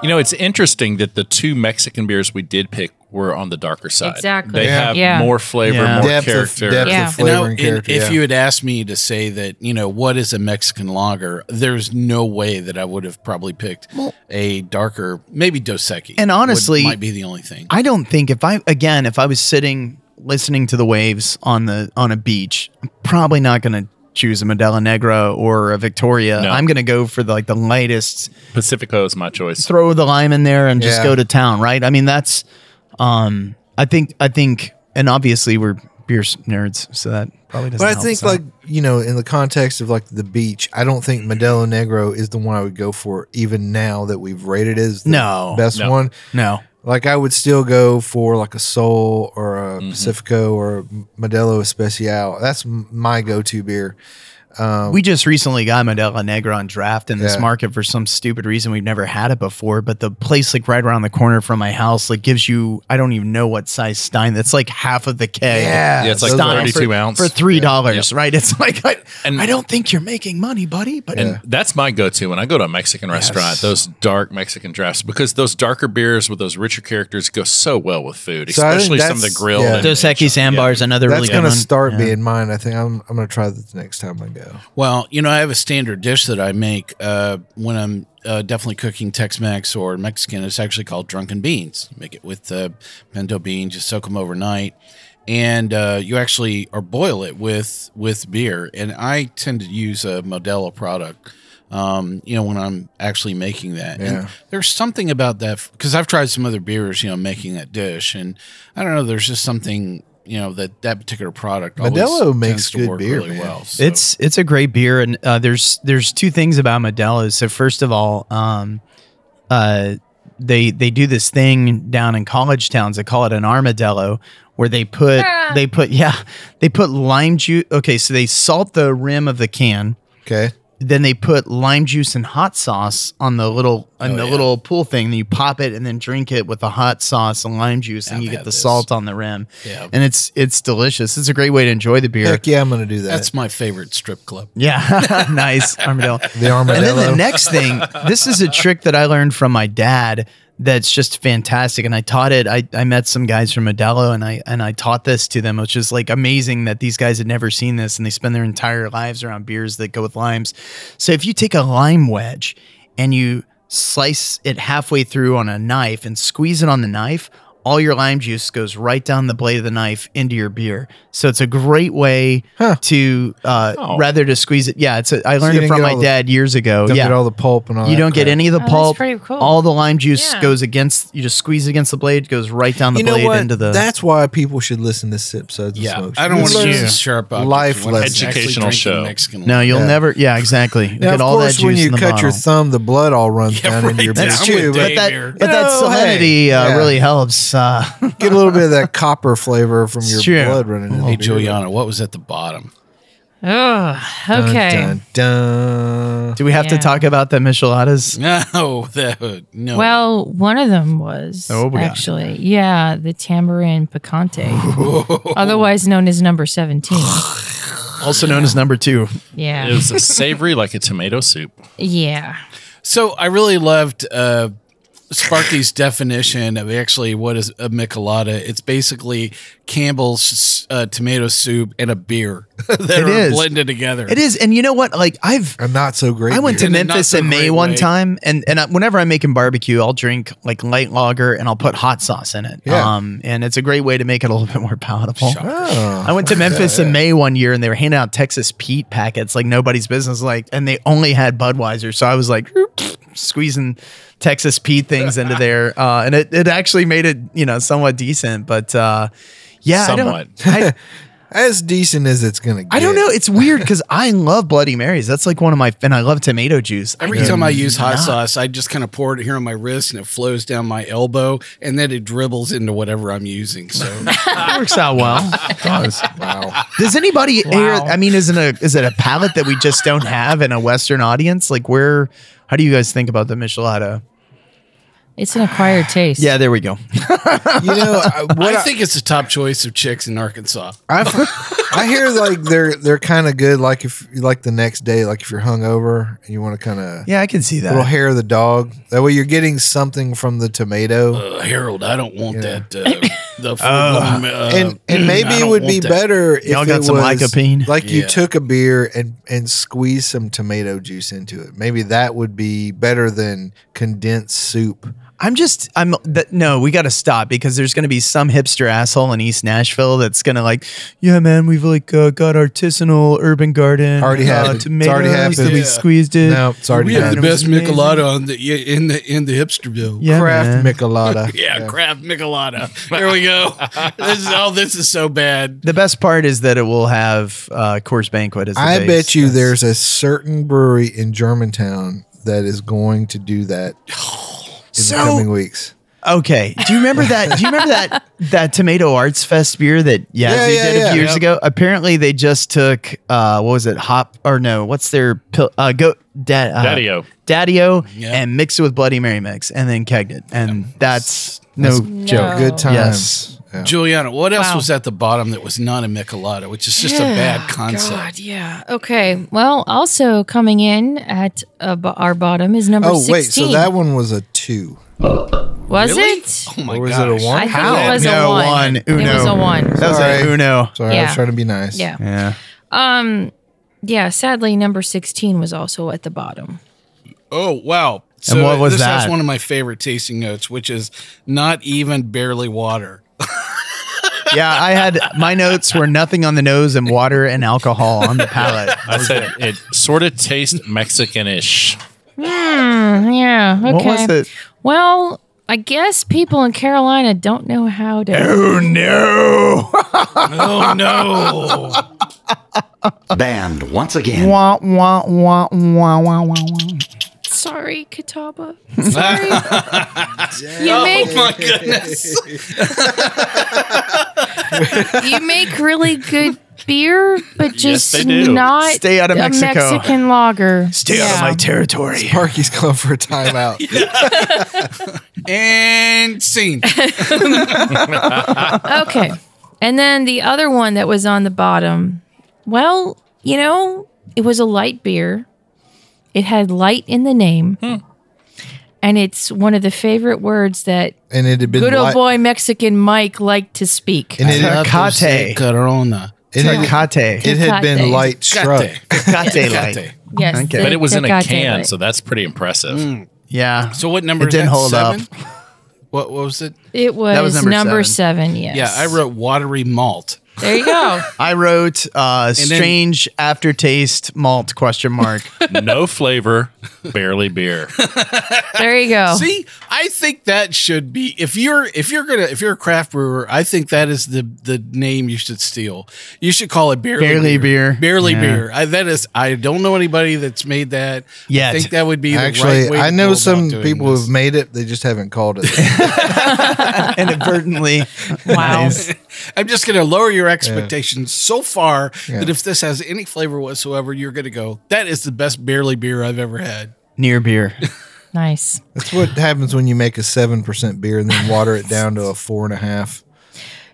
E: You know, it's interesting that the two Mexican beers we did pick were on the darker side.
B: Exactly.
E: They
D: Yeah.
E: have
B: Yeah.
E: more flavor,
F: Yeah.
E: more
D: depth of,
E: character.
D: depth
B: Yeah.
D: of
C: You know,
D: flavor and
C: in-
D: character.
C: if
D: yeah.
C: you had asked me to say that, you know, what is a Mexican lager, there's no way that I would have probably picked a darker, maybe Dos Equis.
F: And
C: would-
F: honestly-
C: might be the only thing.
F: I don't think if I again if I was sitting listening to the waves on the on a beach, I'm probably not going to choose a Modelo Negra or a Victoria.
E: No.
F: I'm going to go for the, like the lightest.
E: Pacifico is my choice.
F: throw the lime in there and just
D: Yeah.
F: go to town, right? I mean, that's um I think I think and obviously we're beer s- nerds, so that probably doesn't
D: But I
F: help
D: think,
F: us out.
D: like you know, in the context of like the beach, I don't think Modelo Negro is the one I would go for, even now that we've rated as the
F: No.
D: best
E: No.
D: one.
F: no.
D: Like I would still go for like a Sol or a
C: Mm-hmm.
D: Pacifico or a Modelo Especial. That's m- my go-to beer.
F: we just recently got Modelo Negra on draft in this
D: Yeah.
F: market for some stupid reason. We've never had it before, but the place like right around the corner from my house like gives you I don't even know what size Stein. That's like half of the keg.
E: Yeah, it's like
D: those
F: Stein
D: are-
E: 32
F: for,
E: ounce.
F: for three dollars, right? It's like I,
E: And-
F: I don't think you're making money, buddy. But
E: And that's my go-to when I go to a Mexican restaurant. Those dark Mexican drafts, because those darker beers with those richer characters go so well with food,
D: So I think
E: especially some of the
D: that's-
E: grilled.
D: yeah.
E: and-
F: Dos Equis Ambar is another
D: That's
F: really good
D: gonna
F: one.
D: start being mine. I think I'm. I'm gonna try that the next time I go.
C: Well, you know, I have a standard dish that I make uh, when I'm uh, definitely cooking Tex-Mex or Mexican. It's actually called drunken beans. You make it with uh, pinto beans. You soak them overnight, and uh, you actually or boil it with with beer. And I tend to use a Modelo product. Um, you know, when I'm actually making that,
D: Yeah.
C: and there's something about that because I've tried some other beers. You know, making that dish, and I don't know. There's just something. You know that that particular product always
D: Modelo makes
C: tends to
D: good
C: work
D: beer,
C: really
D: man.
C: well. so-
F: It's it's a great beer, and uh, there's there's two things about Modelo's. So first of all, um, uh, they they do this thing down in college towns. They call it an armadillo, where they put
C: Ah.
F: they put yeah they put lime juice. Okay, so they salt the rim of the can
D: Okay.
F: Then they put lime juice and hot sauce on the little on the
C: Oh, yeah.
F: little pool thing. And you pop it and then drink it with the hot sauce and lime juice, and
C: I've
F: you get
C: had
F: the
C: this.
F: salt on the rim.
C: Yeah.
F: and it's it's delicious. It's a great way to enjoy the beer.
D: Heck yeah, I'm gonna do that.
C: That's my favorite strip club.
F: Yeah, nice armadillo.
D: The armadillo.
F: And then the next thing, this is a trick that I learned from my dad. That's just fantastic, and I taught it. I, I met some guys from Modelo, and I and I taught this to them, which is like amazing that these guys had never seen this, and they spend their entire lives around beers that go with limes. So if you take a lime wedge and you slice it halfway through on a knife and squeeze it on the knife, all your lime juice goes right down the blade of the knife into your beer. So it's a great way to uh, rather to squeeze it. Yeah, it's. A, I learned
D: Oh. you
F: it
D: didn't
F: from
D: get
F: my
D: all the-
F: dad years ago.
D: Don't
F: Oh, yeah,
D: get all the pulp and all.
F: you
D: that
F: don't get
D: crap.
F: any of
B: Oh,
F: the
B: that's
F: pulp.
B: pretty cool.
F: All the lime juice
B: Yeah.
F: goes against. You just squeeze it against the blade, goes right down the
D: You know
F: blade
D: what?
F: into the.
D: That's why people should listen to Sip Suds
C: Yeah,
D: and Smokes.
C: I don't want
D: This
C: to
D: is-
C: use a sharp object
D: Life
C: when I'm actually
D: lesson.
E: Educational
C: drinking
E: show.
C: Mexican
F: no, you'll
D: Yeah.
F: never. Yeah, exactly. You
D: Now,
F: get
D: of
F: all that
D: course,
F: juice
D: when you
F: in the
D: cut
F: bottle.
D: your thumb, the blood all runs
C: Yeah,
D: down into
C: right.
D: your
C: That's
D: beer
C: true. But
D: too. But
C: Hey,
F: that,
C: beer.
F: but that
D: No,
F: salinity
D: hey.
F: uh,
D: Yeah.
F: really helps. Uh,
D: get a little bit of that copper flavor from your
F: Sure.
D: blood running. into
C: Hey,
D: the beer.
C: Juliana, what was at the bottom?
B: Ugh,
D: Dun,
B: okay.
D: dun, dun.
F: do we have to
B: Yeah.
F: talk about the micheladas?
C: No, that, no.
B: Well, one of them was
F: Oh, we got it.
B: actually, yeah, the tambourine picante, otherwise known as number seventeen.
F: Also known as number two.
B: Yeah,
E: It was savory like a tomato soup.
B: yeah.
C: So I really loved uh, Sparky's definition of actually what is a michelada. It's basically Campbell's uh, tomato soup and a beer that are
F: is.
C: blended together.
F: It is, and you know what? Like I've
D: A not so great.
F: I went to
C: In
D: beer.
C: a not
F: Memphis
C: so
F: in May
C: great
F: one
C: way.
F: time, and and I, whenever I'm making barbecue, I'll drink like light lager and I'll put hot sauce in it.
D: Yeah.
F: Um, and it's a great way to make it a little bit more palatable.
D: Oh.
F: I went to Memphis in May one year, and they were handing out Texas Pete packets like nobody's business. Like, and they only had Budweiser, so I was like squeezing Texas Pete things into there, uh, and it it actually made it you know somewhat decent, but. uh yeah, I don't-
E: Somewhat.
F: I,
D: as decent as it's gonna. get.
F: I don't know. It's weird because I love Bloody Marys. That's like one of my, and I love tomato juice.
C: Every time I use hot sauce, I just kind of pour it here on my wrist and it flows down my elbow and then it dribbles into whatever I'm using. So
F: That works out well.
D: Wow.
F: Does anybody here?
B: Wow.
F: I mean, isn't a is it a palate that we just don't have in a Western audience? Like, where? How do you guys think about the Michelada?
B: It's an acquired taste.
F: Yeah, there we go.
D: You know I- what?
C: I
D: I,
C: think it's the top choice of chicks in Arkansas.
D: I, I hear like they're they're kind of good. Like if like the next day, like if you're hungover and you want to kind of
F: Yeah, I can see
D: little
F: that.
D: hair of the dog. That way you're getting something from the tomato.
C: Uh, Harold, I don't want
D: Yeah.
C: that. Uh, the full-blown, uh,
F: Um,
D: and and maybe
C: I
D: it
C: don't
D: would be
C: want that.
D: better if
F: Y'all got
D: it
F: some
D: was
F: lycopene?
D: like you
C: Yeah.
D: took a beer and and squeezed some tomato juice into it. Maybe that would be better than condensed soup.
F: I'm just, I'm, that, no, we got to stop because there's going to be some hipster asshole in East Nashville that's going to like, yeah, man, we've like uh, got artisanal urban garden.
D: Already
F: uh,
D: happened. It's
F: Tomatoes
D: already
F: That
D: happened.
F: we
D: Yeah.
F: squeezed it.
D: No, it's already
C: We have the
D: done.
C: best
F: Amazing.
C: Michelada on the yeah, in the in the hipsterville.
F: Yeah,
D: Craft
F: man.
D: Michelada.
C: Yeah, crap, Michelada. There we go. this is all. this is so bad.
F: The best part is that it will have uh, course banquet as the
D: I
F: base.
D: bet you
F: That's-
D: there's a certain brewery in Germantown that is going to do that in
F: So-
D: the coming weeks.
F: Okay. Do you remember that? Do you remember that that Tomato Arts Fest beer that Yazzie
D: Yeah, yeah,
F: did a
D: yeah.
F: few years
D: Yep.
F: ago? Apparently, they just took uh, what was it? Hop or no? What's their pill? Uh, go da, uh,
E: Daddy-o.
F: Daddy-o,
C: Yeah.
F: and mixed it with Bloody Mary mix, and then kegged it. And that's no joke.
D: Good times.
F: oh. Yes.
D: Yeah.
C: Juliana, what else
B: Wow.
C: was at the bottom that was not a Michelada, which is just a bad concept?
B: God, yeah. Okay. Well, also coming in at uh, b- our bottom is number
D: Oh
B: 16.
D: wait, so that one was a two.
B: was it?
C: Oh my
D: or was
C: god!
D: it a one?
B: I think it was
F: No,
B: a one.
F: one.
B: It was
F: Uno.
B: a one.
F: That was
D: Sorry.
F: a Uno.
D: Sorry, I was
B: Yeah.
D: trying to be nice.
B: Yeah.
F: Yeah.
B: Um. Yeah. Sadly, number sixteen was also at the bottom.
C: Oh wow! So uh,
F: what was
C: this
F: that?
C: Has one of my favorite tasting notes, which is not even barely water.
F: Yeah. I had my notes were nothing on the nose and water and alcohol on the palate.
E: I said it sort of tastes Mexicanish.
B: Yeah. Okay.
F: What was it?
B: Well, I guess people in Carolina don't know how to.
F: Oh no.
C: Oh no!
G: Banned once again.
F: wah, wah, wah, wah, wah, wah, wah.
B: Sorry, Catawba. Sorry.
E: Oh
B: you make
C: My goodness!
B: you make really good beer, but just
E: they do.
B: not
F: Stay out of
B: a
F: Mexico.
B: Mexican lager.
F: Stay out of my territory.
D: Parky's calling for a timeout.
C: And scene.
B: okay.
E: Uh-huh.
B: And then the other one that was on the bottom, well, you know, it was a light beer. It had light in the name.
E: Hmm.
B: And it's one of the favorite words that
D: And it had been
B: good old
D: li-
B: boy Mexican Mike liked to speak.
D: And it,
F: Tecate.
C: Corona.
D: it had,
F: Tecate.
D: it had been
B: Tecate.
D: light struck.
C: Tecate.
F: Tecate light.
C: Tecate.
B: Yes.
F: Okay.
B: the-
F: But
E: But it was
B: the
E: in a
B: goddamn
E: can,
B: light.
E: so that's pretty impressive.
F: Yeah.
C: So what number?
F: It
C: is
F: didn't
C: that?
F: hold up.
C: Seven? What, what was it?
B: it was,
F: was
B: number,
F: number
B: seven. Yes.
C: Yeah, I wrote watery malt.
B: There you go.
F: I wrote uh, strange aftertaste malt question mark.
E: No flavor, barely beer.
B: There you
F: Oh.
B: go.
C: See, I think that should be if you're if you're gonna if you're a craft brewer, I think that is the the name you should steal. You should call it barely,
F: Barely beer.
C: barely
F: Yeah.
C: beer. I, that is, I don't know anybody that's made that.
F: Yet.
C: I think that would be the
D: Actually,
C: right way
D: I
C: to
D: know
C: go
D: some
C: about doing
D: people
C: this.
D: who've made it. They just haven't called it.
F: Inadvertently.
B: Wow.
C: I'm just gonna lower your expectations so far
D: Yeah.
C: that if this has any flavor whatsoever, you're gonna go. That is the best barely beer I've ever had.
F: Near beer.
B: Nice.
D: That's what happens when you make a seven percent beer and then water it down to a four and a half.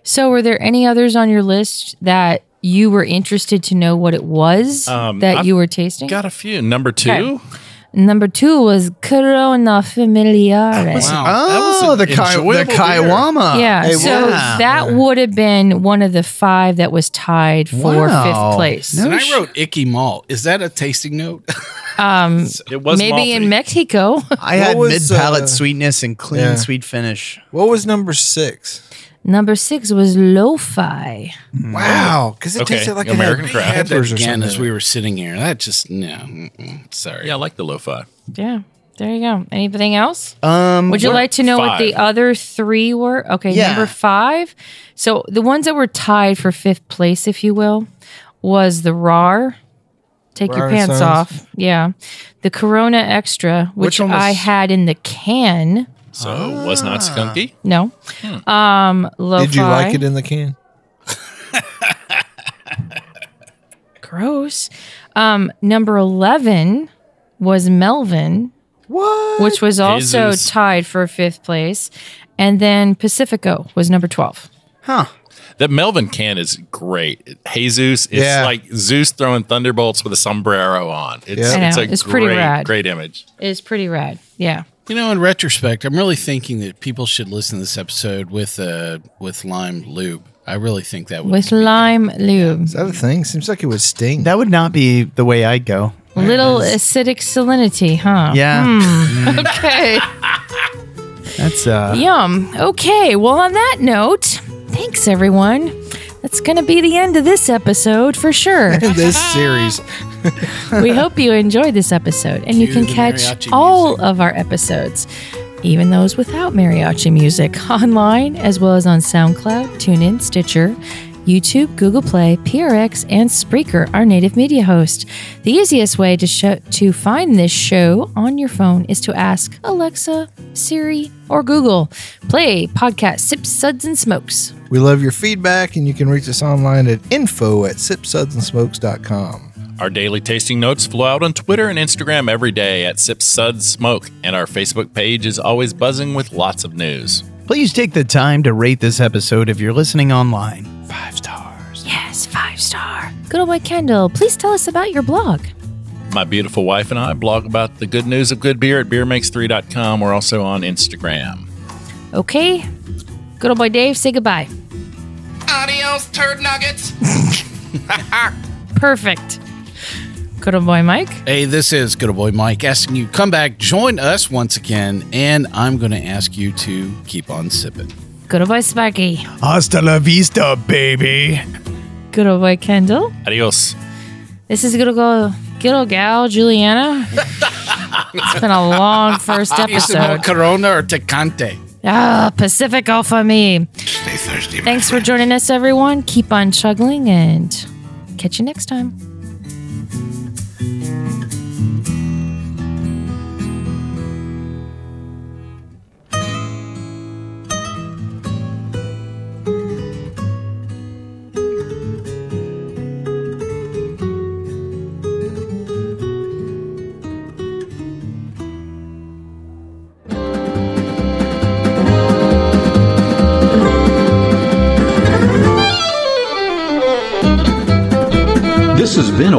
B: So, were there any others on your list that you were interested to know what it was
E: Um,
B: that
E: I've
B: you were tasting?
E: Got a few. Number two.
B: Okay. Number two was Corona Familiare.
F: Oh, the, Kai- the Kaiwama.
B: yeah, so
F: wow.
B: that would have been one of the five that was tied for
F: Wow.
B: fifth place.
F: No
C: And
F: sh-
C: I wrote icky malt. Is that a tasting note?
B: Um,
E: It was
B: maybe
E: malty.
B: in Mexico,
F: I
D: What
F: had mid
D: was,
F: palate
D: uh,
F: sweetness and clean
D: yeah.
F: sweet finish.
D: What was number six?
B: number six was lo-fi.
C: Hmm.
D: Wow, because it
E: Okay,
D: tasted like
E: American
D: it had
E: craft.
C: had that
D: peppers or
C: again
D: something.
C: as we were sitting here. That just no. mm-mm, Sorry.
E: Yeah, I like the lo-fi.
B: Yeah, there you go. Anything else?
F: Um,
B: Would you like to know what the
E: five.
B: other three were? Okay,
F: Yeah.
B: number five. So the ones that were tied for fifth place, if you will, was the RAR. Take your
D: Rar and
B: pants
D: Sons.
B: off. Yeah. The Corona Extra, which,
F: Which one was-
B: I had in the can.
E: So it was not skunky.
B: No. Um lo-fi.
D: Did you like it in the can?
B: Gross. Um, number eleven was Melvin. What? Which was also
E: Jesus.
B: tied for fifth place. And then Pacifico was number twelve.
F: Huh.
E: That Melvin can is great. Jesus, it's
D: Yeah.
E: like Zeus throwing thunderbolts with a sombrero on. It's,
D: Yeah.
B: I
E: it's
B: know.
E: a
B: It's
E: great,
B: pretty rad.
E: great image.
B: It's pretty rad. Yeah.
C: You know, in retrospect, I'm really thinking that people should listen to this episode with uh with lime lube. I really think that would
B: with lime lube.
D: Is that a thing? Seems like it would sting.
F: That would not be the way I'd go.
B: Little acidic salinity, huh?
F: Yeah.
B: Okay.
F: That's uh
B: Yum. Okay. Well, on that note, thanks everyone. That's going to be the end of this episode for sure.
D: this series.
B: we hope you enjoyed this episode and you
C: Cue
B: can
C: the
B: catch
C: mariachi
B: all of our episodes, even those without mariachi music, online as well as on SoundCloud, TuneIn, Stitcher, YouTube, Google Play, PRX, and Spreaker, our native media host. The easiest way to show, to find this show on your phone is to ask Alexa, Siri, or Google, play podcast Sips, Suds, and Smokes.
D: We love your feedback, and you can reach us online at info at sipsudsandsmokes.com.
E: Our daily tasting notes flow out on Twitter and Instagram every day at Sip Sud Smoke, and our Facebook page is always buzzing with lots of news.
F: please take the time to rate this episode if you're listening online. Five stars.
B: Yes, five star. Good old boy Kendall, please tell us about your blog.
E: My beautiful wife and I blog about the good news of good beer at beermakes3.com. We're also on Instagram.
B: Okay. Good old boy Dave, say goodbye.
H: Adios, turd nuggets.
B: Perfect. Good old boy Mike.
C: Hey, this is Good Old Boy Mike asking you to come back, join us once again, and I'm going to ask you to keep on sipping.
B: Good old boy Sparky.
F: Hasta la vista, baby.
B: Good old boy Kendall.
E: Adios.
B: This is good old, go- good old gal Juliana. it's been a long first
C: Is it more
B: episode.
C: Corona or Tecante?
B: Ah, Pacifico for me. Stay thirsty. Thanks for joining us, everyone. Keep on chuggling and catch you next time.
A: This has been a